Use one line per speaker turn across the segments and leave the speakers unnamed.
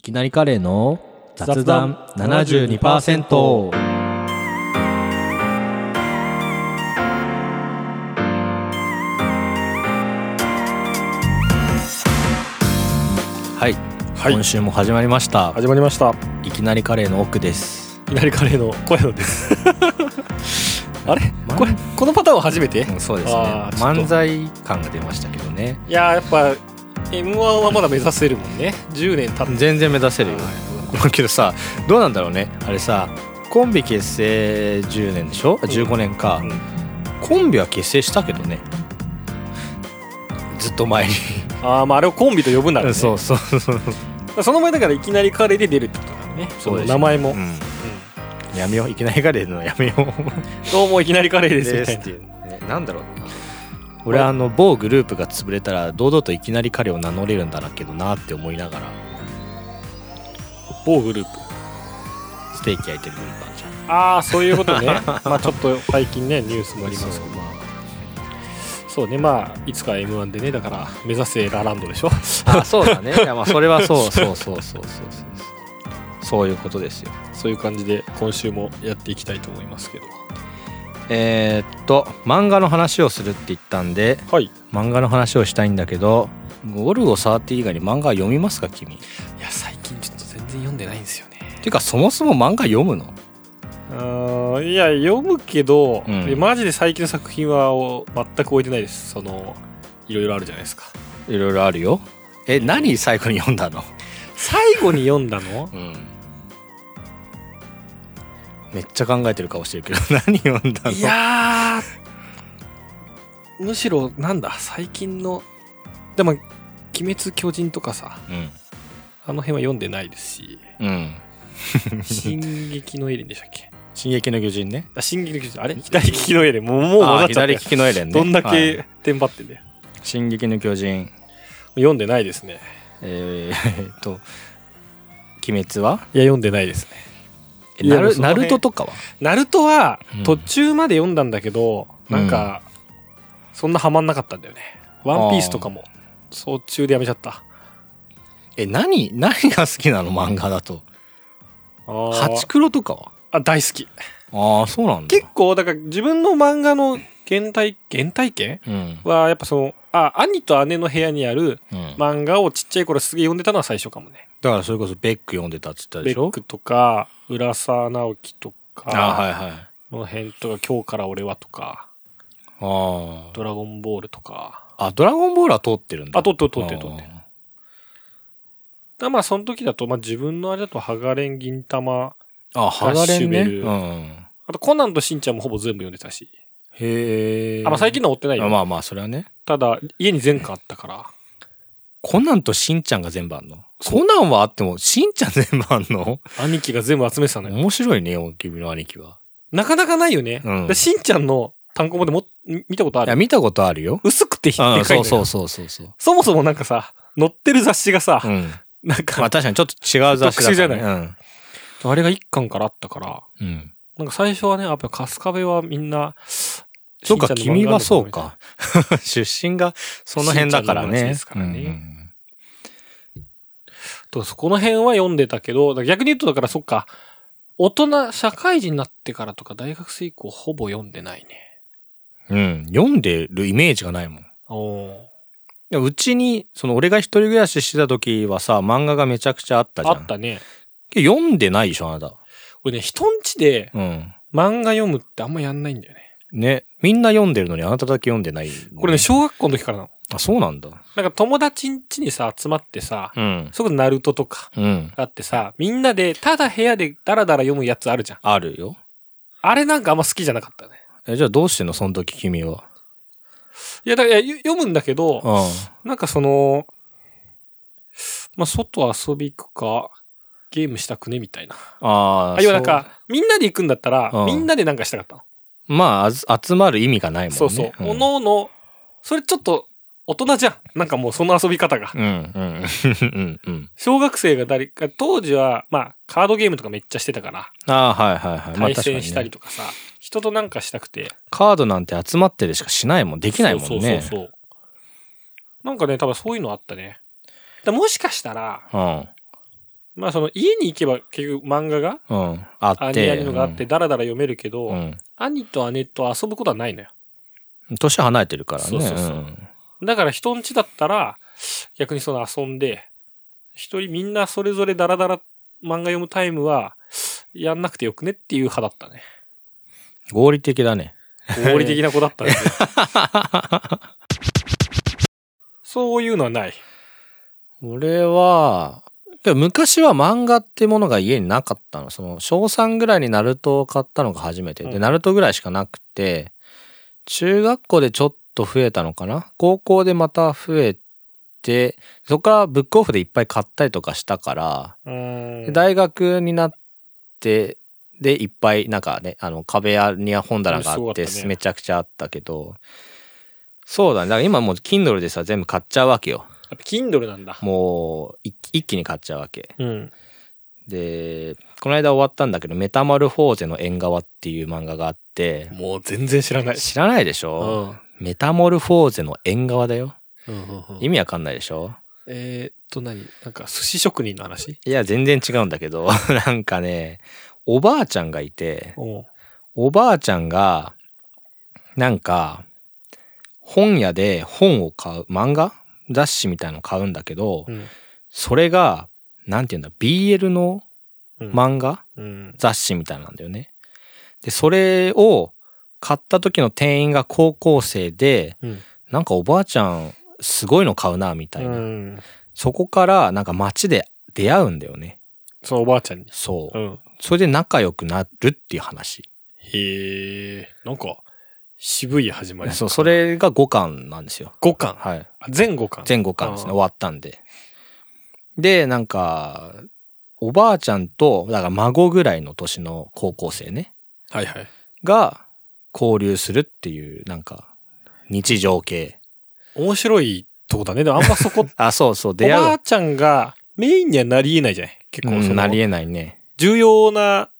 きなりカレーの雑談72%はい、
はい
今週も始まりました
始まりました
いきなりカレーの奥です、
いなりカレーの声のです あれ
ま
これこのパターンは初めて、
うん、そうですね
あーちょっと
漫才感が出ましたけどね
いやーやっぱ m 1はまだ目指せるもんね10年経って
全然目指せる よ
はい
だけどさどうなんだろうねあれさコンビ結成10年でしょあ15年か、
うん
コンビは結成したけどねずっと前に、
あーまああれをコンビと呼ぶなら、ね、
そうそうそう
その前だからいきなりカレーで出るってことだよね
そうです
の名前も、うん
やめよういきなりカレーのやめよう
どうもいきなりカレーですみたい
っ
な
ていう、ね、なんだろうな俺あの某グループが潰れたら堂々といきなりカレーを名乗れるんだなけどなって思いながら
某グループ
ステーキ焼いてるグループあるじゃん
ああそういう ことねまあちょっと最近ねニュースもありますけどまあそうねまあいつか m 1でねだから目指せラランドでしょ
あそうだ ねいやまあそれはそうそうそうそうそうそうそうそういうことですよ
そういう感じで今週もやっていきたいと思いますけど
えーっと漫画の話をするって言ったんで
はい
漫画の話をしたいんだけど「ゴルゴ13」以外に漫画は読みますか君っ
いや最近ちょっと全然読んでないんですよね
ていうかそもそも漫画読むの
あいや読むけど、
うん
いやマジで最近の作品はお全く置いてないですそのいろいろあるじゃないですか
いろいろあるよえ何最後に読んだの
最後に読んだの
うんめっちゃ考えてる顔してるけど 何読んだの
いやーむしろなんだ最近のでも「鬼滅巨人」とかさ
うん
あの辺は読んでないです し
「うん、
「進撃のエレン」でしたっけ
進撃の巨人ね
あ進撃の巨 人あれ左利きのエレンもうもう」
あ
混
ー
ざっちゃった
左
よ
利きのエレンね
どんだ
はい
けテンパってんだよ
進撃の巨人
読んでないですね」
えーえーっ と「鬼滅はい
や読んでないですね
え
いや
ナル
その
ナ
辺
ルトとかは
ナルトは
うん
途中まで読んだんだけど、なんか、そんなハマんなかったんだよね。ワンピースとかも、途中でやめちゃった。
え何何が好きなの漫画だと
あ
ハチクロとかは
あ大好き。
ああそうなんだ
結構、だから自分の漫画の原体、原体験
うん
は、やっぱその、あ、兄と姉の部屋にある
うん
漫画をちっちゃい頃すげえ読んでたのは最初かもね。
だからそれこそベック読んでたっつったで
ベ
しょ
ックとか、浦沢直樹とか、
ああはいはいあ
この辺とか、今日から俺はとか、
あ
ドラゴンボールとか、
あドラゴンボールは通ってるんだ
あ、撮ってる撮ってる撮ってる。
あ
だまあその時だと、まあ自分のあれだと、ハガレン、銀玉、
ああハガレン
ガッ
ね
シュベル
うん
あとコナンとしんちゃんもほぼ全部読んでたし。
へえ
あ、まあ最近のは追ってない
あ
よ。
まあまあそれはね
ただ、家に全巻あったから。
コナンとしんちゃんが全部あんのコナンはあってもしんちゃん全部あんの
兄貴が全部集めてたのよ。
面白いね君の兄貴は
なかなかないよね。
うん
でしんちゃんの単行本でも、み見たことあ
いや
る。
見たことあるよ
薄くてひっ
あ
て
あ
かい
そ
のよ
うそうそうそうそう
そもそもなんかさ、載ってる雑誌がさ、
うん
な
ま
んか
あ、確かにちょっと違う雑誌だからね
特殊じゃない
うん
あれが一巻からあったから、
うん
なんか最初はね、やっぱ春日部はみんな、
そうか
しんちゃんの
君
漫画なの
はそう
みたいな。
か 出身がその辺だから
しんちゃんの話
ね
ですからね
うんうん
とそこの辺は読んでたけど、だから逆に言うとだからそっか、大人、社会人になってからとか大学生以降ほぼ読んでないね。
うん。読んでるイメージがないもん。
おー
でもうちに、その俺が一人暮らししてた時はさ、漫画がめちゃくちゃあったじゃ
あ
ん。
ったね。
けど読んでないでしょ、あなた。
俺ね、人んちで
うん。
漫画読むってあんまやんないんだよね。
ね。みんな読んでるのにあなただけ読んでない、
これね、小学校の時からなの。
あ、そうなんだ。
なんか友達ん家にさ、集まってさ、
うん。
そこでナルトとか
うん。
あってさ、みんなで、ただ部屋でダラダラ読むやつあるじゃん。
あるよ。
あれなんかあんま好きじゃなかったね。
え、じゃあどうしてんのその時君は。
いや、だからいや読むんだけど、なんかその、まあ、外遊び行くか、ゲームしたくねみたいな。
あ
あ、
あ。
要はな
そう。
んか、みんなで行くんだったら、
うん
みんなでなんかしたかったの。
まああず、集まる意味がないもんね。
そうそう。
ん
おのおの、それちょっと、大人じゃん。なんかもうその遊び方が。
うん、うん、うん、うん。
小学生が誰か、当時は、まあ、カードゲームとかめっちゃしてたから、
ああ、はいはいはい。まあ
対戦した
確かに
り
ね
とかさ、人となんかしたくて。
カードなんて集まってでしかしないもん。できないもんね。
そうそうそうそう。なんかね、多分そういうのあったね。だもしかしたら、
うん。
まあその家に行けば結局漫画が、
うん。あって。
兄やりのがあって、ダラダラ読めるけど、
うん。
兄と姉と遊ぶことはないのよ。
うん年離れてるからね。
そうそうそうだから人ん家だったら、逆にその遊んで、一人みんなそれぞれダラダラ漫画読むタイムは、やんなくてよくねっていう派だったね。
合理的だね。
合理的な子だったね。 そういうのはない。
俺は、いや昔は漫画ってものが家になかったの。その、小3ぐらいにナルトを買ったのが初めて。
う
で、
ん
ナルトぐらいしかなくて、中学校でちょっと増えたのかな高校でまた増えて、そこからブックオフでいっぱい買ったりとかしたから、
う
で
ん。
大学になって、で、いっぱい、なんかね、あの、壁やに本棚があ
すご
っ
か
て、
ったね
めちゃくちゃあったけど、そうだね。だから今もう Kindle でさ、全部買っちゃうわけよ。
やっぱ Kindle なんだ。
もう、い一気に買っちゃうわけ。
うん。
で、この間終わったんだけど、メタマルフォーゼの縁側っていう漫画があって、
もう全然知らない。
知らないでし
う
ょ、
ん。
メタモルフォーゼの縁側だよ。意
今
味わかんないでしょ
えーっと何、なんか寿司職人の話
いや、全然違うんだけど、 なんかね、おばあちゃんがいて、
おう
おばあちゃんが、なんか、本屋で本を買う、漫画雑誌みたいの買うんだけど、
ん。
それが、なんていうんだ、BL の
うん
漫画
うん。
雑誌みたいなんだよね。で、それを買った時の店員が高校生で、
うん。
なんかおばあちゃん、すごいの買うな、みたいな。
うん。
そこから、なんか街で出会うんだよね。
そのおばあちゃんに。
そう
う。ん。
それで仲良くなるっていう話。
へえ。なんか、渋い始まり。
そう、そ。れが5巻なんですよ。
5巻。
はい。
あ全5巻。
全5巻ですね。
あー
終わったんで。で、なんか、おばあちゃんと、だから孫ぐらいの年の高校生ね、
はいはい。
が交流するっていう、なんか、日常系。
面白いとこだね。でもあ んまそこ、
あ、そうそう、
お
出
ば
会う
あちゃんがメインにはなり得ないじゃない結
う
構そ
ん。
の、
なり得ないね。
重要な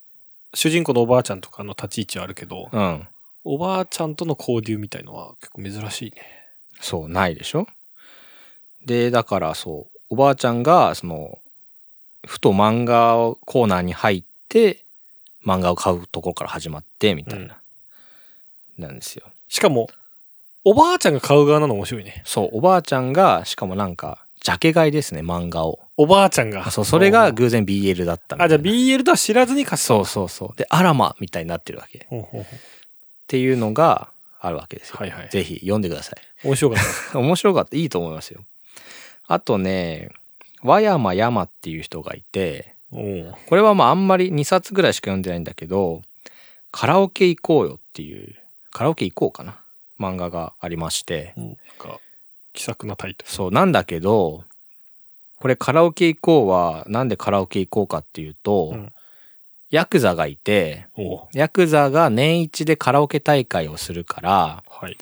主人公のおばあちゃんとかの立ち位置はあるけど、
うん。
おばあちゃんとの交流みたいのは結構珍しいね。
そう、ないでしょで、だからそう、おばあちゃんが、その、ふと漫画をコーナーに入って、漫画を買うところから始まって、みたいな、なんですよ。
しかも、おばあちゃんが買う側なの面白いね。
そう、おばあちゃんが、しかもなんか、ジャケ買いですね、漫画を。
おばあちゃんが。
そう、それが
おー
偶然 BL だったみたいな。
あ、じゃあ BL とは知らずに買った。
そうそうそう。で、アラマみたいになってるわけ。っ
ほうほうほ
ていうのがあるわけですよ。
はいはい
ぜひ読んでください。
う面白かっ
面白かった。いいと思いますよ。あとね、和山山っていう人がいて、
た。おう
これはまああんまり2冊ぐらいしか読んでないんだけど、カラオケ行こうよっていう、カラオケ行こうかな。漫画がありまして。
なんか、気さくなタイト
そう、なんだけど、これカラオケ行こうは、なんでカラオケ行こうかっていうと、
うん
ヤクザがいて、
ル。おう
ヤクザが年一でカラオケ大会をするから、
はい。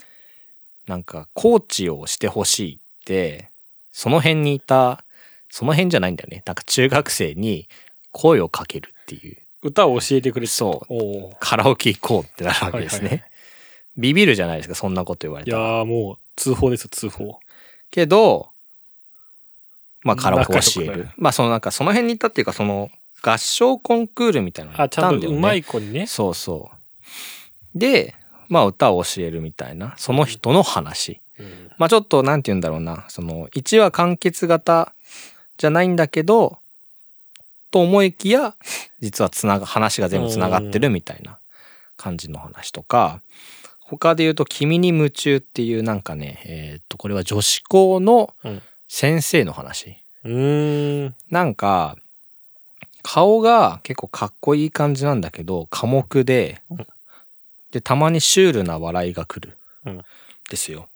なんかコーチをしてほしいって、その辺にいた、その辺じゃないんだよね。なんか中学生に声をかけるっていう。
歌を教えてくれて
そう。
おう
カラオケ行こうってなるわけですね。
はいはいは
ビビるじゃないですか、そんなこと言われ
い
た
や
ら。
ーもう、通報ですよ、通報。
けど、まあカラオケを教え
仲良く
る
な。
まあそのなんかその辺に行ったっていうかその合唱コンクールみたいなのに行
あ、
っ
ちゃ
た
ん
んだ
と
よね。
上手い子にね。
そうそう。で、まあ歌を教えるみたいな、その人の話。
うん
まあちょっとなんて言うんだろうな、その1話完結型じゃないんだけど、と思いきや、実はつなが、話が全部つながってるみたいな感じの話とか、他で言うと、君に夢中っていうなんかね、えーっと、これは女子校の
うん
先生の話。
うーん。
なんか、顔が結構かっこいい感じなんだけど、寡黙で
うん、
で、たまにシュールな笑いが来る。
うん
ですよ。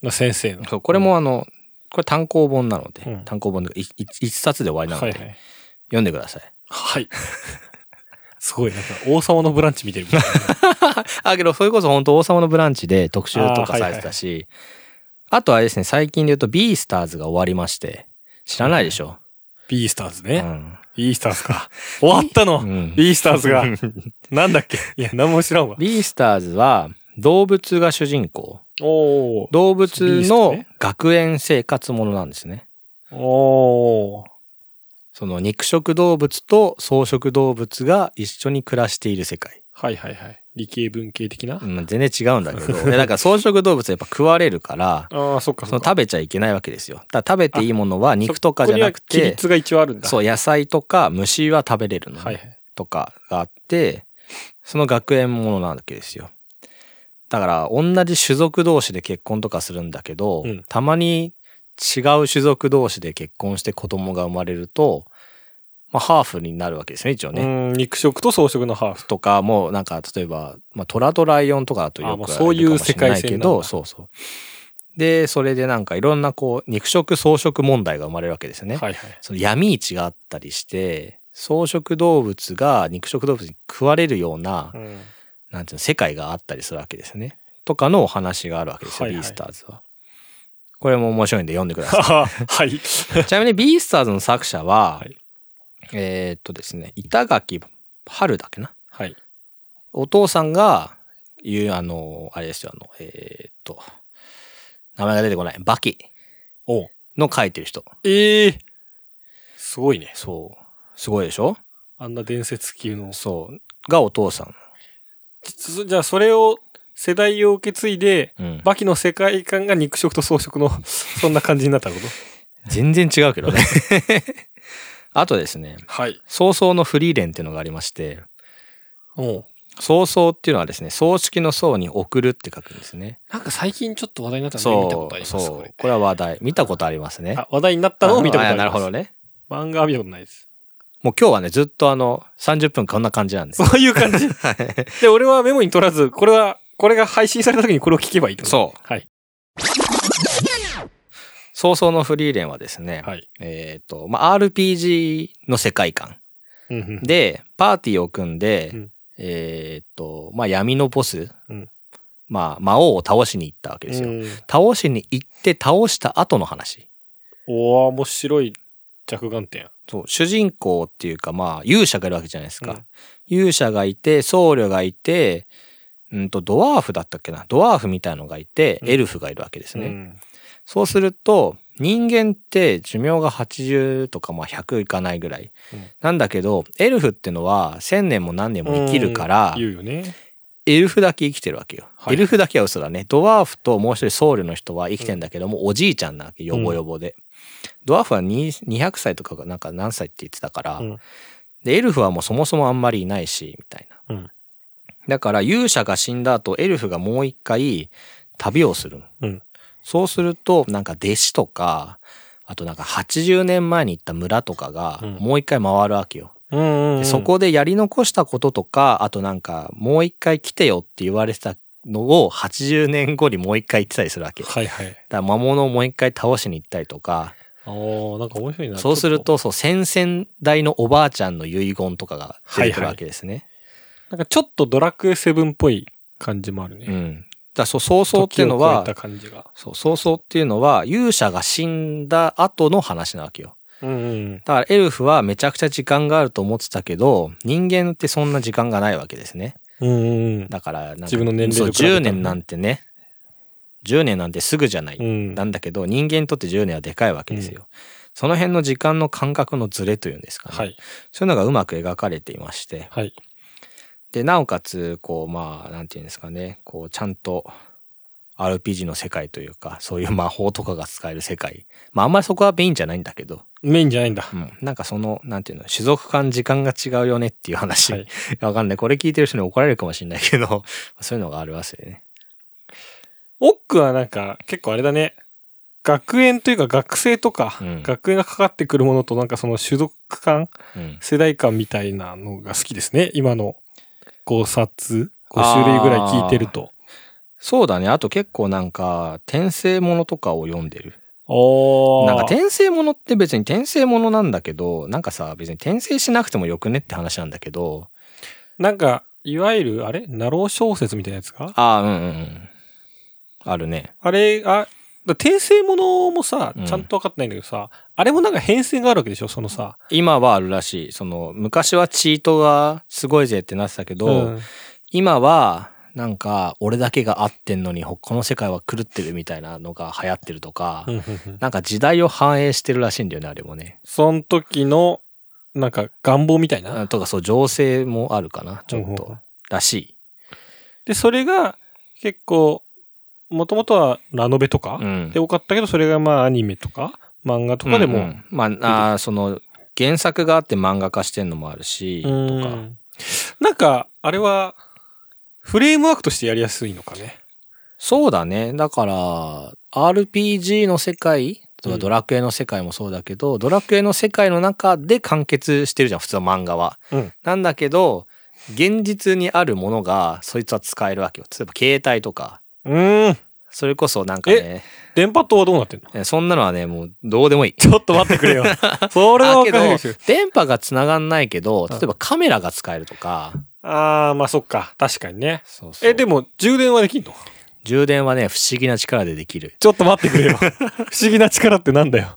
まあ先生の。
そうこれもあの、これ単行本なので、
うん
単行本でいい一冊で終わりな
は
の
い
で、
はい。
読んでください。
はい。 すごい、なんか、王様のブランチ見 てるみたいな。
あ、けど、それこそ本当王様のブランチで特集とかされてたし、あ,、とあれですね、最近で言うと、ビースターズが終わりまして、知らないでしょ。
ビースターズ
う
ね。
ん。
ビースターズか。終わったの
うん
ビースターズが。なんだっけいや、何も知らんわ。
ビースターズは、動物が主人公。
おー。
動物
ビースト
の
ね
学園生活ものなんですね。
おー。
その肉食動物と草食動物が一緒に暮らしている世界。
はいはいはい。理系文系的な。
うん全然違うんだけど。で、だから草食動物はやっぱ食われるから、
ああ、そっか
そ
そ
の
っか。
食べちゃいけないわけですよ。だから食べていいものは肉とかじゃなく
そこには規
て、
律が一応あるんだ。
そう、野菜とか虫は食べれるのね、
はいはい。
とかがあって、その学園ものなわけですよ。だから、同じ種族同士で結婚とかするんだけど、
うん
たまに違う種族同士で結婚して子供が生まれると、まあ、ハーフになるわけですよね、一応ね。
うん、肉食と草食のハーフ。
とかも、なんか、例えば、まあ、虎とライオンとかだとよ
あまあ
く
そういう世界線なんだ
あるかもしれないけど、そうそう。で、それでなんかいろんなこう、肉食草食問題が生まれるわけですよね。
はいはい。
その闇市があったりして、草食動物が肉食動物に食われるような、
うん
なんていうの、世界があったりするわけですね。とかのお話があるわけですよ、
はいはい
ビースターズは。これも面白いんで読んでください。
はい。
ちなみにビースターズの作者は、
はい
えーっとですね、板垣春だっけな。
はい。
お父さんが言う、あの、あれですよ、あの、えーっと、名前が出てこない、バキ
おう
の書いてる人。
ええすごいね。
そう。すごいでしょ
あんな伝説級の。
そう。がお父さん。
そじゃあ、それを世代を受け継いで、
うん。
バキの世界観が肉食と草食の、 そんな感じになったこと
全然違うけどね。 あとですね、
はい。
早々のフリーレンっていうのがありまして、
おう
早々っていうのはですね、葬式の葬に送るって書くんですね。
なんか最近ちょっと話題になったので見たこ
そ
とあり
う、
ます。
そ
こ
う
れ。
これは話題。見たことありますね。
あ話題になったのを見たことあ
あ
り
な
ます。
るほどね。
漫画は見たことない です。
もう今日はね、ずっとあの、30分こんな感じなんです。
そういう 感じ。で、俺はメモに取らず、これは、これが配信された時にこれを聞けばいいってこと
そう。
はい。
早々のフリーレンはですね、
はい。
えっ、と、まあ、RPG の世界観。
うんうん、
で、パーティーを組んで、
うん
えっ、と、まあ、闇のボス、
うん
まあ、魔王を倒しに行ったわけですよ。
うん
倒しに行って倒した後の話。
おー、面白い着眼点。
そう、主人公っていうか、まあ、勇者がいるわけじゃないですか。
うん
勇者がいて、僧侶がいて、うんと、ドワーフだったっけな。ドワーフみたいのがいて、
うん
エルフがいるわけですね。
うん
そうすると、人間って寿命が80とかまあ100いかないぐらい。
うん
なんだけど、エルフってのは1000年も何年も生きるから、
言うよね。
エルフだけ生きてるわけよ。
はい
エルフだけは嘘だね。ドワーフともう一人僧侶の人は生きてんだけども、おじいちゃんなわけ、よぼよぼで。ドワーフはに200歳とかがなんか何歳って言ってたから、
うん
で、エルフはもうそもそもあんまりいないし、みたいな。
うん
だから勇者が死んだ後、エルフがもう一回旅をするの。
うん
そうすると、なんか弟子とか、あとなんか80年前に行った村とかが
うん、
もう一回回るわけよ。
うんうんうん
でそこでやり残したこととか、あとなんか、もう一回来てよって言われてたのを80年後にもう一回言ってたりするわけ。だか
はいはい。
ら魔物をもう一回倒しに行ったりとか、
おー、なんか面白いな。
そうすると、そう、先々代のおばあちゃんの遺言とかが出てくるわけですね。
ちょっと。なんかちょっとドラクエセブンっぽい感じもあるね。
うん。だからそう、早々っていうのは
時を超え、た感じが。
そう、早々っていうのは、勇者が死んだ後の話なわけよ。
うんうん。
だからエルフはめちゃくちゃ時間があると思ってたけど、人間ってそんな時間がないわけですね。
うんうんうん。
だからなんか、
自分の年齢と比
そう
べたら
10年なんてね、10年なんてすぐじゃない。
うん
なんだけど、人間にとって10年はでかいわけですよ。その辺の時間の感覚のズレというんですかね。
はい。
そういうのがうまく描かれていまして。
はい。
で、なおかつ、こう、まあ、なんていうんですかね、こう、ちゃんと、RPG の世界というか、そういう魔法とかが使える世界。まあ、あんまりそこはメインじゃないんだけど、
メインじゃないんだ。
うん。なんかその、なんていうの、種族間時間が違うよねっていう話。
はい
わかんない。これ聞いてる人に怒られるかもしれないけど、 そういうのがあるわけでね。
オックはなんか結構あれだね。学園というか学生とか、
うん
学園がかかってくるものとなんかその種族感、
うん。
世代感みたいなのが好きですね。今の5冊、5種類ぐらい聞いてると。
そうだね。あと結構なんか、転生ものとかを読んでる。
おー。
なんか転生ものって別に転生ものなんだけど、なんかさ、別に転生しなくてもよくねって話なんだけど、
なんか、いわゆる、あれナロー小説みたいなやつか
ああ、うんうんうん。あるね。
あれ、あ、だ転生ものもさ
うん、
ちゃんと分かってないんだけどさ、あれもなんか変遷があるわけでしょそのさ。
今はあるらしい。その、昔はチートがすごいぜってなってたけど、
ん
今は、なんか、俺だけが合ってんのに、他の世界は狂ってるみたいなのが流行ってるとか、
うんうんうん
なんか時代を反映してるらしいんだよね、あれもね。
その時のなんか願望みたいな。
あとかそう、情勢もあるかな、ちょっ
うんうんう
と
ん。
らしい。
で、それが結構、もともとはラノベとか
うん
で。多かったけど、それがまあアニメとか漫画とかで
う
も、
んうんまあ、あーその、原作があって漫画化してんのもあるし、と
うん
か。
なんか、あれは、フレームワークとしてやりやすいのかね。
そうだね。だから、RPG の世界、例え
う
ば
ん
ドラクエの世界もそうだけど、ドラクエの世界の中で完結してるじゃん、普通は漫画は。
うん
なんだけど、現実にあるものが、そいつは使えるわけよ。例えば携帯とか、
うん。
それこそなんかね、
電波塔はどうなってんの
えそんなのはね、もうどうでもいい。
ちょっと 待ってくれよ。それは
だ
わ
け
か
ど
るでしょ。、
電波が繋がんないけど、
うん
例えばカメラが使えるとか、
あー、まあそっか。確かにね。
そうそう
え、でも、充電はできんの
充電はね、不思議な力でできる。
ちょっと待ってくれ よ。不思議な力ってなんだよ。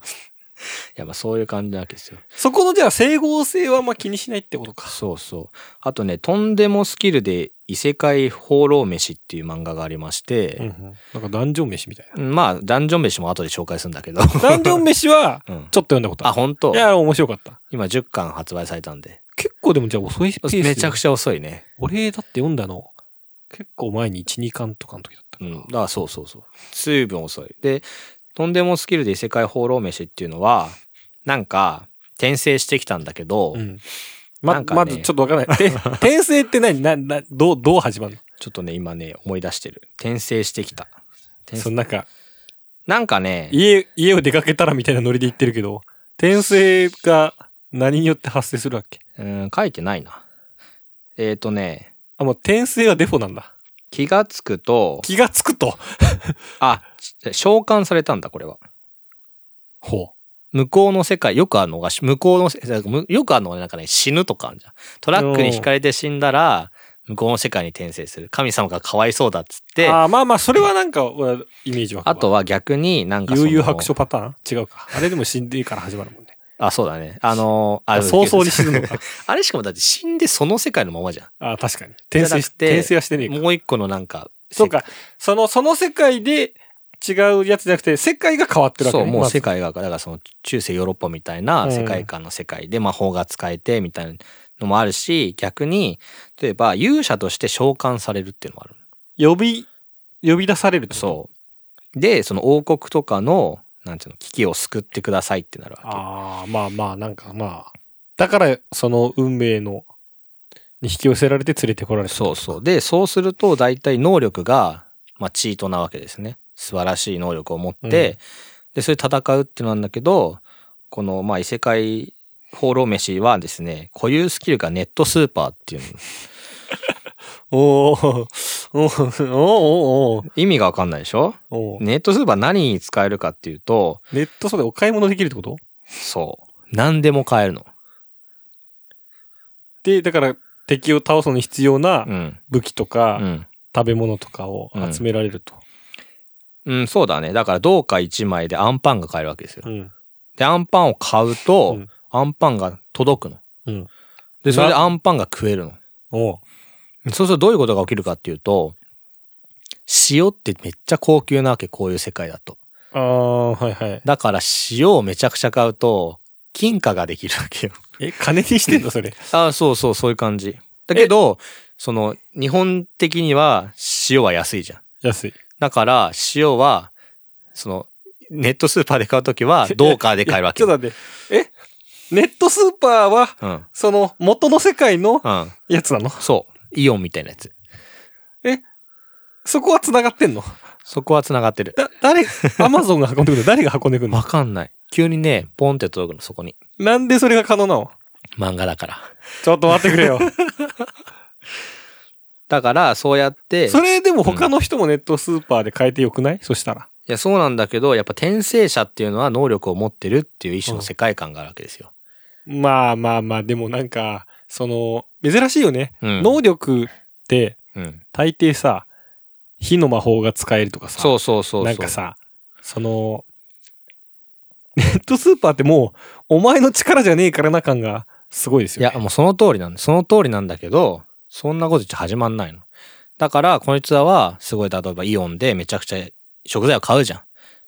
いや、まあそういう感じなわけですよ。
そこのじゃあ整合性はまあ気にしないってことか。
そうそう。あとね、とんでもスキルで異世界放浪飯っていう漫画がありまし
うんう
て、
ん。なんかダンジョン飯みたいな。
まあ、ダンジョン飯も後で紹介するんだけど。
ダンジョン飯は、
うん
ちょっと読んだこと
あ、
ある。
本当
いや、面白かった。
今10巻発売されたんで。
結構でもじゃあ遅いペースで。
めちゃくちゃ遅いね。
俺だって読んだの、結構前に1、2巻とかの時だった
う
から。
ん。だからそうそうそう。随分遅い。で、とんでもスキルで異世界放浪飯っていうのは、なんか、転生してきたんだけど、
うん。ま、
なんかね
まずちょっとわから ない。て転生って何な、な、どう、どう始まる
ちょっとね、今ね、思い出してる。転生してきた。転生
のそのなんか、
なんかね、
家、家を出かけたらみたいなノリで言ってるけど、転生が何によって発生するわけ
うん、書いてないな。えっ、ー、とね、
あ、もう転生はデフォなんだ。
気がつくと、
気がつくと。
あ、ち召喚されたんだ、これは。
ほ
向こうの世界、よくあるのが、向こうの世、むよくあるのがなんかね、死ぬとかあるじゃん。トラックに引かれて死んだら、向こうの世界に転生する。神様がかわいそうだっつっ
う。
て、あ
あーまあまあ、それはなんか、俺イメージわかるわ
とは逆になんかその
悠々白書パターン違うか。あれでも死んでから始まるもんね。
あ、そうだね。あのー、あ
あ、早々に死ぬのか。
あれしかもだって死んでその世界のままじゃ
あ、確かに。
じ
転
ゃ
生
な
し、
くて
転生はしてねえ
ん。
か。
もう一個のなんか、
そうか。その、その世界で違うやつじゃなくて、世界が変わってるわけ
そう、もう世
世界
界が、だからその中世ヨーロッパみたいうなん世界観の世界で魔法が使えてみたいなのもあるし、逆に、例えば勇者として召喚されるっていうのもある。
呼び、呼び出される
そう。で、その王国とかの、なんていうの、危機を救ってくださいってなる
う
わ
ああ、まあまあ、なんかまあ。だから、その運命の、に引き寄せられて連れてこられ
け。
た。
そうそう。で、そうすると大体能力が、まあチートなわけですね。素晴らしい能力を持って、
うん
で、それで戦うっていうのなんだけど、この、まあ異世界放浪飯はですね、固有スキルがネットスーパーっていうの
おーおーおーおーおー
意味がわかんないでしょ
おー
ネットスーパー何に使えるかっていうと、
ネットそうでお買い物できるってこと
そう。何でも買えるの。
で、だから、敵を倒すのに必要な
うん。
武器と
う
か、
ん。
食べ物とかを集められると。
うん、そうだね。だから、どうか1枚でアンパンが買えるわけですよ
う。ん。
で、アンパンを買うと、
うん
アンパンが届くの。
うん。
で、それで
な
アンパンが食えるの。
おう
そうするとどういうことが起きるかっていうと、塩ってめっちゃ高級なわけ、こういう世界だと。
ああ、はいはい。
だから塩をめちゃくちゃ買うと、金貨ができるわけよ。
え、金にしてんのそれ。
ああ、そうそう、そういう感じ。だけど、その、日本的には塩は安いじゃん。
安い。
だから、塩は、その、ネットスーパーで買うとき は、ドーカーで買えるわけ
ちょっ
よ。
と待って。えネットスーパーは、
うん。
その、元の世界の
うん。
やつなの
そう。イオンみたいなやつ。
そこは繋がってんの
そこは繋がってる。
だ、誰、アマゾンが運んでくるの誰が運んでくるの
わかんない。急にね、ポンって届くの、そこに。
なんでそれが可能なの
漫画だから。
ちょっと待ってくれよ。
だから、そうやって、い
それでも他の人もネットスーパーで買えてよくないそしたら。
や、そうなんだけど、やっぱ転生者っていうのは能力を持ってるっていう一種の世界観があるわけですよ。
まあまあまあ、でもなんか、その、珍しいよね。
うん。
能力って、
うん。
大抵さ、火の魔法が使えるとかさ。
そうそうそうそう。
なんかさ、その、ネットスーパーってもう、お前の力じゃねえからな感がすごいです
い
よ、
や、
ね。
もうその通りなんだ。その通りなんだけど、そんなこと言って始まんないの。だから、こいつらは、すごい、例えばイオンでめちゃくちゃ食材を買うじゃん。
うん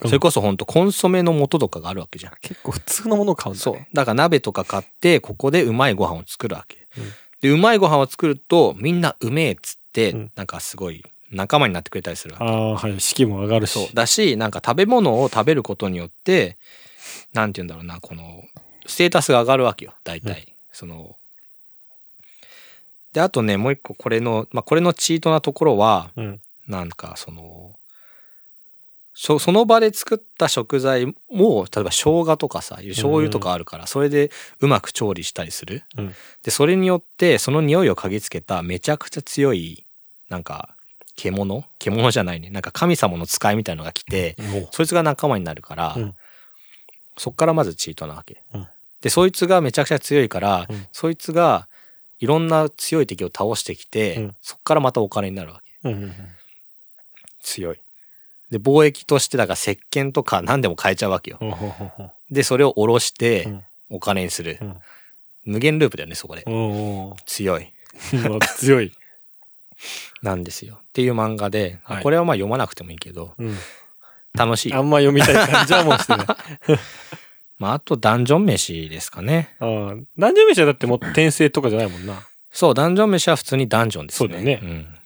それこそほんとコンソメの素とかがあるわけじゃん。
結構普通のものを買うんだ、ね。
そう。だから鍋とか買って、ここでうまいご飯を作るわけ。
うん
で、うまいご飯を作ると、みんなうめえっつって、
うん
なんかすごい仲間になってくれたりするわけ
ああ、はい。士気も上がるし。
そう。だし、なんか食べ物を食べることによって、なんて言うんだろうな、この、ステータスが上がるわけよ、大体。その、で、あとね、もう一個これの、まあ、これのチートなところは、
うん。
なんかその、そその場で作った食材も、例えば生姜とかさ、醤油とかあるから、それでうまく調理したりする。
うん
で、それによって、その匂いを嗅ぎつけためちゃくちゃ強い、なんか、獣獣じゃないね。なんか神様の使いみたいのが来て、
も
そいつが仲間になるから、
うん
そっからまずチートなわけ。
うん
で、そいつがめちゃくちゃ強いから、
うん
そいつがいろんな強い敵を倒してきて、
うん
そっからまたお金になるわけ。
う。うんうんうん。
強い。で、貿易として、だから石鹸とか何でも買えちゃうわけよ。
ほうほうほうほう
で、それをおろして
うん
お金にする。
うん
無限ループだよね、そこで。
お
強い。
ーおーまあ 強い。
なんですよ。っていう漫画で、あ
はい
これはまあ読まなくてもいいけど、
うん。
楽しい。
あんま読みたい感じはもう してない。
まあ、あとダンジョン飯ですかね。
うん。何十名じゃだってもう転生とかじゃないもん な。
そう、ダンジョン飯は普通にダンジョンですね。
そうだよね
ん。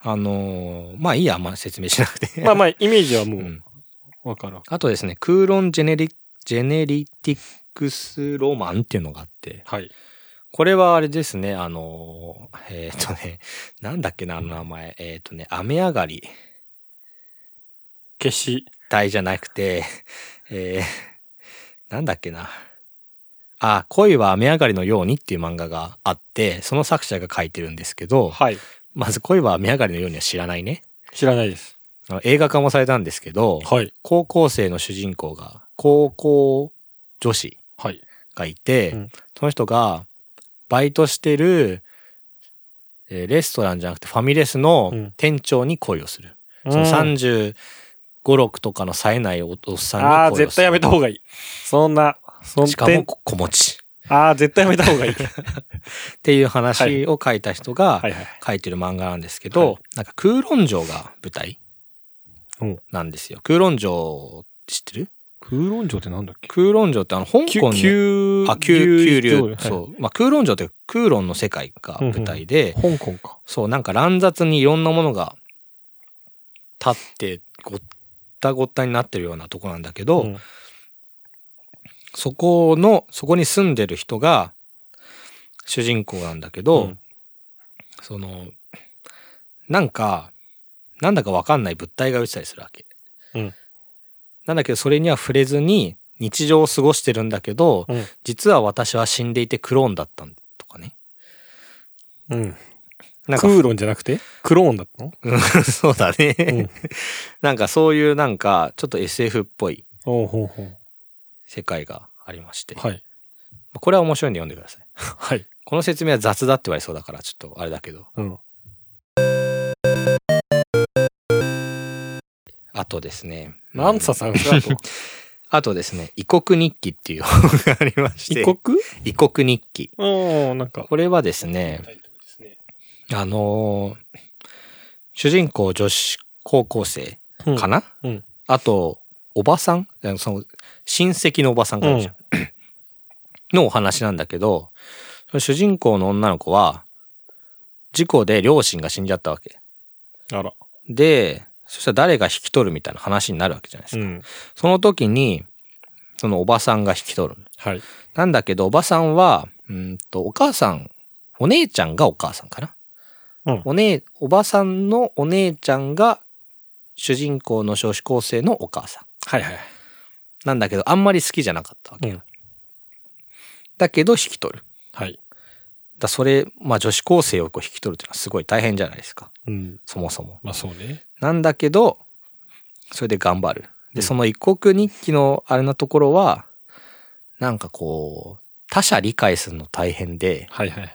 あのーまあいいや、あんま説明しなくて。
まあまあ、イメージは も
う
うんわかるわ。
あとですね、クーロンジェネリ、ジェネリティックスロマンっていうのがあって、
はい。
これはあれですね、あのー、えっ、とね、 なんだっけな、あの名前。えっ、とね、雨上がり
消し。
隊じゃなくて、 えー、なんだっけな。あ、恋は雨上がりのようにっていう漫画があって、その作者が書いてるんですけど、
はい。
まず恋は雨上がりのようには知らないね。
知らないです。
あの映画化もされたんですけど、
はい。
高校生の主人公が、高校女子
はい。
がいて、
うん
その人がバイトしてる、えーレストランじゃなくてファミレスの
うん
店長に恋をする。
うん
その35、6とかの冴えないおおっさんに恋をする。
ああ、絶対やめた方がいい。そんな、そん
しかもこ子持ち。
ああ、絶対やめた方が いい。
っていう話を書いた人が
はいはい。
書いてる漫画なんですけど、
はい
なんか空論城が舞台
うん
なんですよ。空論城知ってる
空論城ってなんだっけ
空論城ってあの香港に、
九
あ、九九流、
そう。
そう。まあ空論城って空論の世界が舞台で、
香港か。
そう、なんか乱雑にいろんなものが立ってごったごったになってるようなとこなんだけど、
うん
そこの、そこに住んでる人が主人公なんだけど、
うん
その、なんか、なんだかわかんない物体が落ちたりするわけ。
うん
なんだけど、それには触れずに日常を過ごしてるんだけど、
うん
実は私は死んでいてクローンだったんとかね。
うん。
なんか
空論じゃなくてクローンだったの
うん そうだね、
うん
なんかそういうなんかちょっと SF っぽい
おうほうほう。
世界がありまして。
はい。
まあこれは面白いんで読んでください。
はい。
この説明は雑だって言われそうだからちょっとあれだけど。
うん。
あとですね。
何
さ
冊あるんですか あと
あとですね、異国日記っていう本がありまして。
異国
異国日記。
うん、なんか。
これはですね、
イトルですね。
あのー主人公女子高校生
うん
かな、
うん
あと、おばさんあのその親戚のおばさんがいるじゃん。 のお話なんだけど、その主人公の女の子は、事故で両親が死んじゃったわけ。
あら。
で、そしたら誰が引き取るみたいな話になるわけじゃないです
う
か。
ん。
その時に、そのおばさんが引き取るの。
はい。
なんだけど、おばさんは、うーんと、お母さん、お姉ちゃんがお母さんかな。
うん
お姉、おばさんのお姉ちゃんが、主人公の少子高生のお母さん。
はいはい。
なんだけど、あんまり好きじゃなかったわけ。
うん
だけど、引き取る。
はい。
だそれ、まあ女子高生をこう引き取るっていうのはすごい大変じゃないですか。
うん。
そもそも。
まあそうね。
なんだけど、それで頑張る。
う
で、
ん
その一国日記のあれなところは、なんかこう、他者理解するの大変で、
はいはい。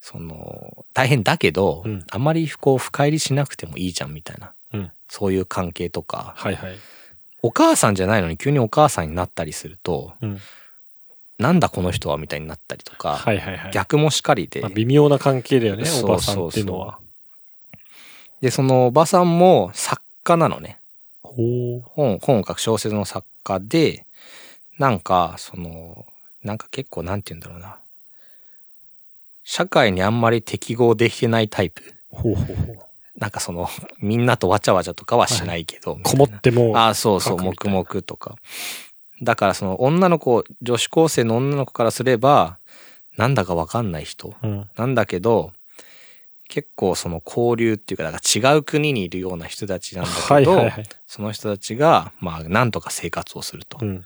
その、大変だけど、
うん
あんまりこう、深入りしなくてもいいじゃんみたいな。
うん
そういう関係とか、
はいはい。
お母さんじゃないのに急にお母さんになったりすると、
うん。
なんだこの人はみたいになったりとか、
はいはいはい。
逆もしかりで、
まあ微妙な関係だよね、
そう
おばさんっていうのは。
で、そのおばさんも作家なのね。
ほほう。
本、本を書く小説の作家で、なんか、その、なんか結構なんて言うんだろうな。社会にあんまり適合できてないタイプ。
ほうほうほう。
なんかその、みんなとわちゃわちゃとかはしないけど。みたい
こ
な
もっても、
ああ、そうそう、
書く
黙
みたいな
々とか。だからその女の子、女子高生の女の子からすれば、なんだかわかんない人
うん。
なんだけど、結構その交流っていうか、だから違う国にいるような人たちなんだけど、
はいはいはい。
その人たちが、まあ、なんとか生活をすると。だ
う
か
ん。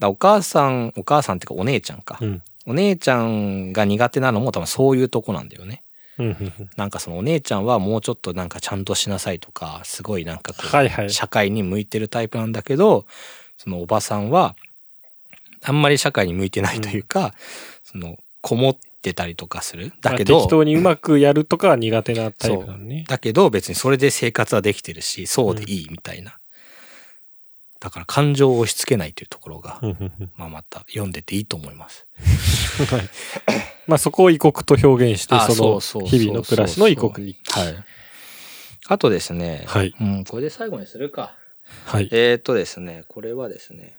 らお母さん、お母さんっていうかお姉ちゃんか
う。ん。
お姉ちゃんが苦手なのも多分そういうとこなんだよね。
うんうんうん。
なんかそのお姉ちゃんはもうちょっとなんかちゃんとしなさいとか、すごいなんかこう、
はいはい。
社会に向いてるタイプなんだけど、そのおばさんは、あんまり社会に向いてないというか、その、こもってたりとかする。だけ
まあ
ど
適、当にうまくやるとかは苦手なタイプなのね。
だけど別にそれで生活はできてるし、そうでいいみたいな。だから感情を押し付けないというところが、
うんうんうん
まあまた読んでていいと思います。
はいまあそこを異国と表現して
あ、
そ
そ
の
うそうそう
日々の暮らしの異国に。
はい。あとですね、
はい。
うん、これで最後にするか。
はい。
えー、っとですね、これはですね。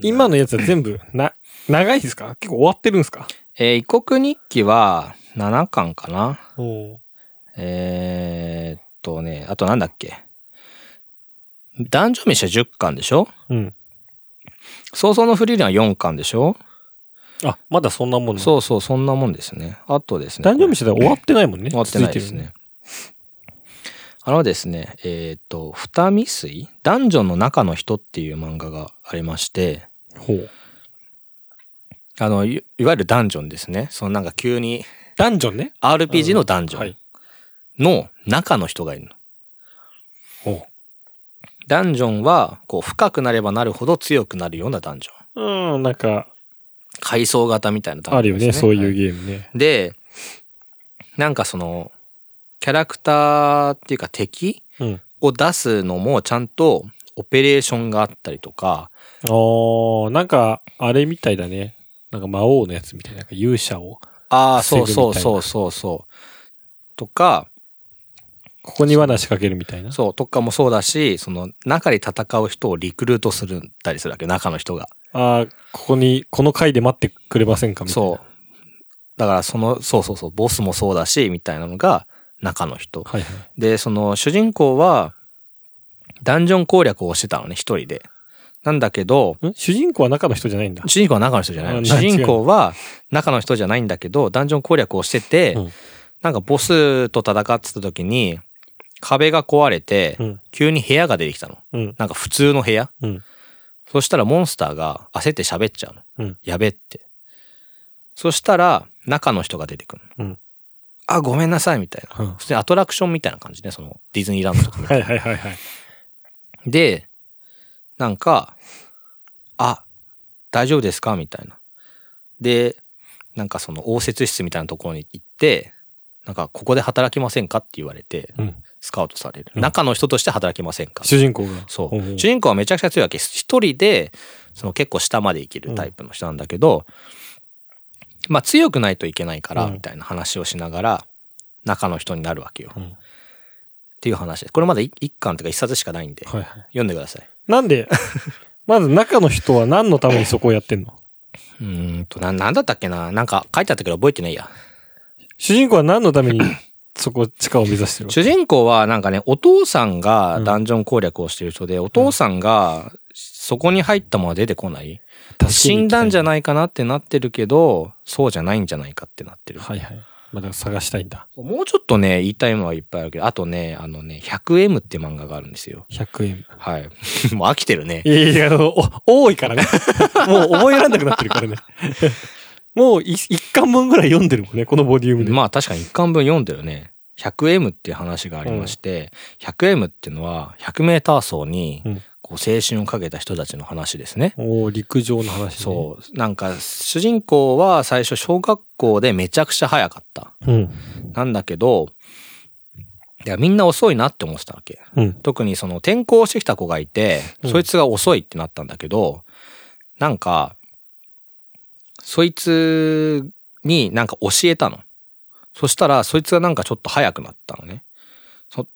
今のやつは全部、な、長いですか結構終わってるんですか
えー異国日記は7巻かな。
お
えー、っとね、あとなんだっけ。男女飯は10巻でしょ
うん。
早々のフリーレンは4巻でしょ、
あ、まだそんなもんう。
そうそう、そんなもんですね。あとですね。
誕生日してたら終わってないもんね。
終わってないです
続いて
ね。あのですね、えーっと、二見水男女の中の人っていう漫画がありまして、
る。ほう。
あの、いいわゆるダンジョンですね。そのなんか急に
ダンジョンね。
RPG のダンジ
は
ョン
い。
の中の人がいるの。
ほう。
ダンジョンは、こう、深くなればなるほど強くなるようなダンジョン。
うん、なんか、
階層型みたいなダ
あ
ンジ
る
ョ
よ
ンです、ね。
ね、そうい
は
うゲームね。
で、なんかその、キャラクターっていうか敵
うん。
を出すのもちゃんとオペレーションがあったりとか、
おー、なんか、あれみたいだね。なんか魔王のやつみたいな、なんか勇者を、
ああ、
防ぐ
そう
みたいな
そうそうそうそう。とか、
ここに罠仕掛けるみたいな。
そう、とかもそうだし、その中で戦う人をリクルートするったりするわけよ、中の人が。
ああ、ここに、この回で待ってくれませんかみたいな。
そう。だからその、そうそうそう、ボスもそうだし、みたいなのが中の人。
はいはい。
で、その主人公は、ダンジョン攻略をしてたのね、一人で。なんだけど、
ん主人公は中の人じゃないんだ。
主人公は中の人じゃない
あ
の。主人公は中の人じゃないんだけど、ダンジョン攻略をしてて、
うん
なんかボスと戦ってた時に、壁が壊れて
う、ん。
急に部屋が出てきたの。
うん。
なんか普通の部屋。
うん。
そしたらモンスターが焦って喋っちゃうの。
うん
やべって。そしたら、中の人が出てくるの。
うん
あ、ごめんなさい、みたいな。
は
普通にアトラクションみたいな感じね、その、ディズニーランドとかみたい
いはいはいはい。
な。で、なんか、あ、大丈夫ですかみたいな。で、なんかその応接室みたいなところに行って、なんか、ここで働きませんかって言われて、
うん。
スカウトされる。
うん
中の人として働きませんか
主人公が。
そう。
おうおう
主人公はめちゃくちゃ強いわけです。一人で、その結構下まで生きるタイプの人なんだけど、まあ強くないといけないから、
うん
みたいな話をしながら、中の人になるわけよ。っ
うん。
ていう話です。これまだ一一巻というか一冊しかないんで、
はいはい。
読んでください。
なんで、まず中の人は何のためにそこをやって んの
うーんと、な、なんだったっけななんか書いてあったけど覚えてないや。
主人公は何のためにそこ、地下を目指してる
主人公はなんかね、お父さんがダンジョン攻略をしてる人で、お父さんがそこに入ったまま出てこない。
の
死んだんじゃ
い
ないかなってなってるけど、そうじゃないんじゃないかってなってる。
はいはい。まあだから探したいんだ。
もうちょっとね、言いたいのはいっぱいあるけど、あとね、あのね、100M って漫画があるんですよ。
100円。
はい。 もう飽きてるね
い。やいや、あのお多いからね。 もう覚えられなくなってるからね。 もうい一巻分ぐらい読んでるもんね、このボリュームで。
まあ確かに一巻分読んでるね。100M っていう話がありまして、100M っていうのは100メーター走に
うん
こう青春をかけた人たちの話ですね。
おー陸上の話、ね。
そう。なんか、主人公は最初小学校でめちゃくちゃ速かった。
う。うん。
なんだけど、いやみんな遅いなって思ってたわけ。
うん。
特にその転校してきた子がいて、
うん
そいつが遅いってなったんだけど、なんか、そいつになんか教えたの。そしたら、そいつがなんかちょっと早くなったのね。そ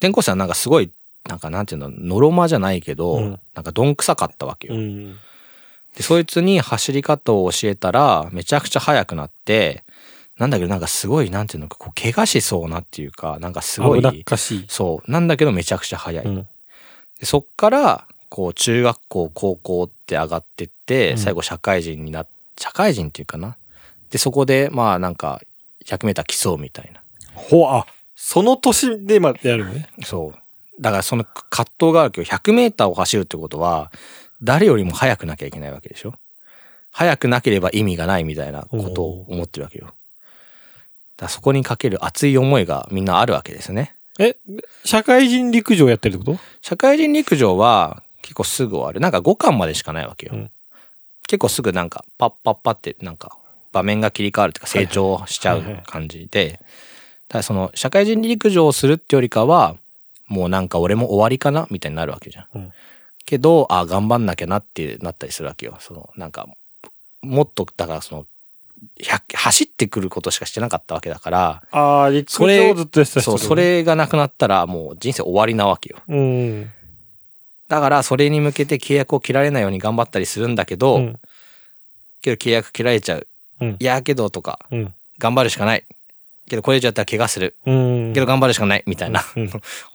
転校生はなんかすごいなんかなんていうの、のろまじゃないけど、
うん
なんかどんくさかったわけよ。
うん。
で、そいつに走り方を教えたら、めちゃくちゃ速くなって、なんだけどなんかすごい、なんていうのか、こう、怪我しそうなっていうか、なんかすご
危なっ
い、
かしい。
そう、なんだけどめちゃくちゃ速い。
うん
でそっから、こう、中学校、高校って上がってって、
うん
最後社会人になっ、社会人っていうかな。で、そこで、まあなんか、100メーター競うみたいな。
ほあ、その年でまでやるのね。
そう。だからその葛藤があるけど、100メーターを走るってことは、誰よりも速くなきゃいけないわけでしょ速くなければ意味がないみたいなことを思ってるわけよ。だからそこにかける熱い思いがみんなあるわけですね。
え、社会人陸上やってるってこと
社会人陸上は結構すぐ終わる。なんか5巻までしかないわけよ。
うん
結構すぐなんかパッパッパってなんか場面が切り替わるというか成長しちゃう感じで、ただその社会人陸上をするってよりかは、もうなんか俺も終わりかなみたいになるわけじゃん。
うん
けど、あ頑張んなきゃなってなったりするわけよ。そのなんか、もっとだからその、100走ってくることしかしてなかったわけだから、
ああ、陸
それ
上ずっとやってた人
そう、そ。れがなくなったらもう人生終わりなわけよ。
うん。
だから、それに向けて契約を切られないように頑張ったりするんだけど、
うん
けど契約切られちゃう。
うん
いやけどとか、
うん。
頑張るしかない。けど、これ以上やったら怪我する。
うん。
けど、頑張るしかない。みたいな、
うん、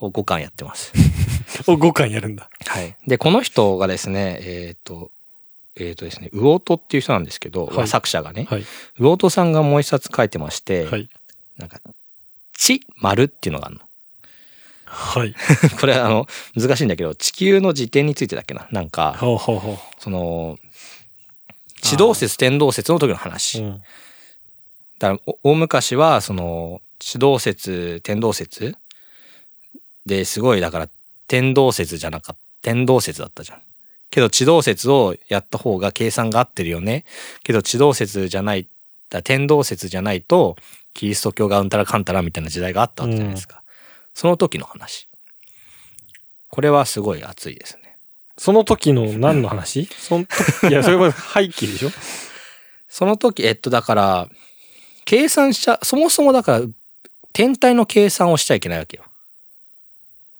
を5巻やってます。
お5巻やるんだ。
はい。で、この人がですね、えっ、と、えっ、とですね、ウオートっていう人なんですけど、
はい
作者がね、
はい。
ウオートさんがもう一冊書いてまして、
はい。
なんか、地、丸っていうのがある の。
はい。
これ、あの、難しいんだけど、地球の時点についてだっけな。なんか、
ほうほうほ
その、地動説、天動説の時の話。
う。うん。
だから、お大昔は、その、地動説、天動説ですごい、だから、天動説じゃなかった、天動説だったじゃん。けど、地動説をやった方が計算が合ってるよね。けど、地動説じゃない、だ天動説じゃないと、キリスト教がうんたらかんたらみたいな時代があったわけじゃないですか。その時の話。これはすごい熱いですね。
その時の何の話 その時、いや、それは廃棄でしょ
その時、えっと、だから、計算しちゃ、そもそもだから、天体の計算をしちゃいけないわけよ。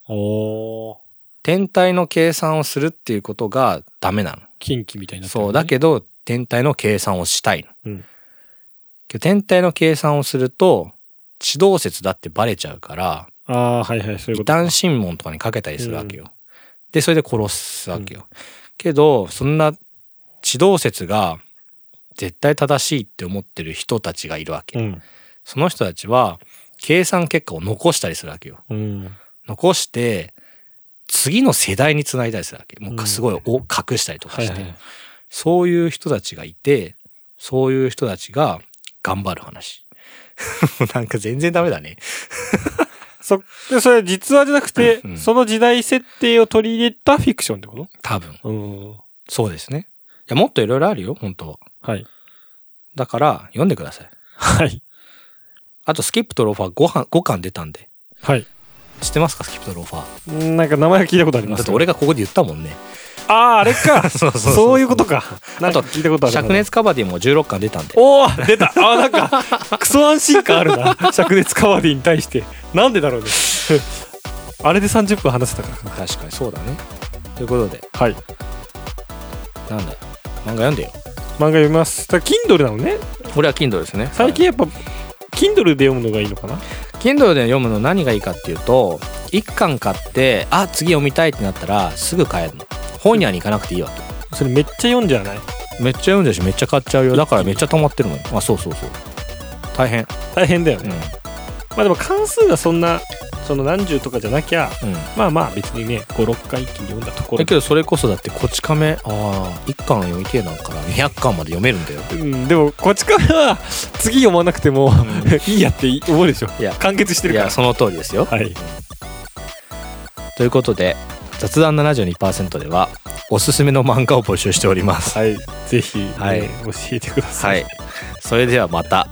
おー。
天体の計算をするっていうことがダメなの。
近畿みたいになってる
そう。だけど、天体の計算をしたいの。
うん
けど天体の計算をすると、地動説だってバレちゃうから、
ああー、はいはい、そういう
異
こと。
端審問とかにかけたりするわけよ。で、それで殺すわけよ。けど、そんな地動説が絶対正しいって思ってる人たちがいるわけ。
うん。
その人たちは、計算結果を残したりするわけよ。
うん。
残して、次の世代につないだりするわけ。もう
う
か
ん
すごいお隠したりとか
はい
して、
はい。
そういう人たちがいて、そういう人たちが頑張る話。 もうなんか全然ダメだね。
そ、で、それ実話じゃなくて、
うんうん
その時代設定を取り入れたフィクションってこ
多分。
とうん。
そうですね。いや、もっといろいろあるよ、本当は。
はい。
だから、読んでください。
はい。は
あと、スキップとローファー 5, 版5巻出たんで。
はい。
知ってますか、スキップとローファー。
うんなんか名前は聞いたことありま
だっ
す
て
よ。
俺がここで言ったもんね。
ああ、あれ か。
そうそうそう
そういうことか。な
あ
んか
と
聞いたことあるな。
灼熱カバディも16巻出たんで。
おお出たあなんか クソ安心感あるな灼熱カバディに対してなんでだろうね あれで30分話せたから
確かにそうだね。ということで、
はい
なんだよ。漫画読んでよ。
漫画読みますだから Kindle なのね
これは Kindle ですね。
最近やっぱ Kindle で読むのがいいのかな
Kindle で読むの何がいいかっていうと、1巻買って、あ、次読みたいってなったら、すぐ買えるの。本屋に行かなくていいわけ。
それめっちゃ読んじゃない
めっちゃ読んでるし、めっちゃ買っちゃうよ。だからめっちゃ溜まってるのよ。あ、そうそうそう。大変。
大変だよね、
うん。
まあでも関数がそんなその何十とかじゃなきゃ
うん。
まあまあ別にね56回一気に読んだところ
だけどそれこそだって、こち亀、ああ、1巻読みてえなんから200巻まで読めるんだよ。
うん、でもこっちからは次読まなくても、いいやって思うでしょ
いや
完結して
い
るか
や、
ら
その通りですよ。
はい
ということで、雑談72%では、おすすめの漫画を募集しております。
はいぜひね、
はい
教えてくださ
はいい。それではまた。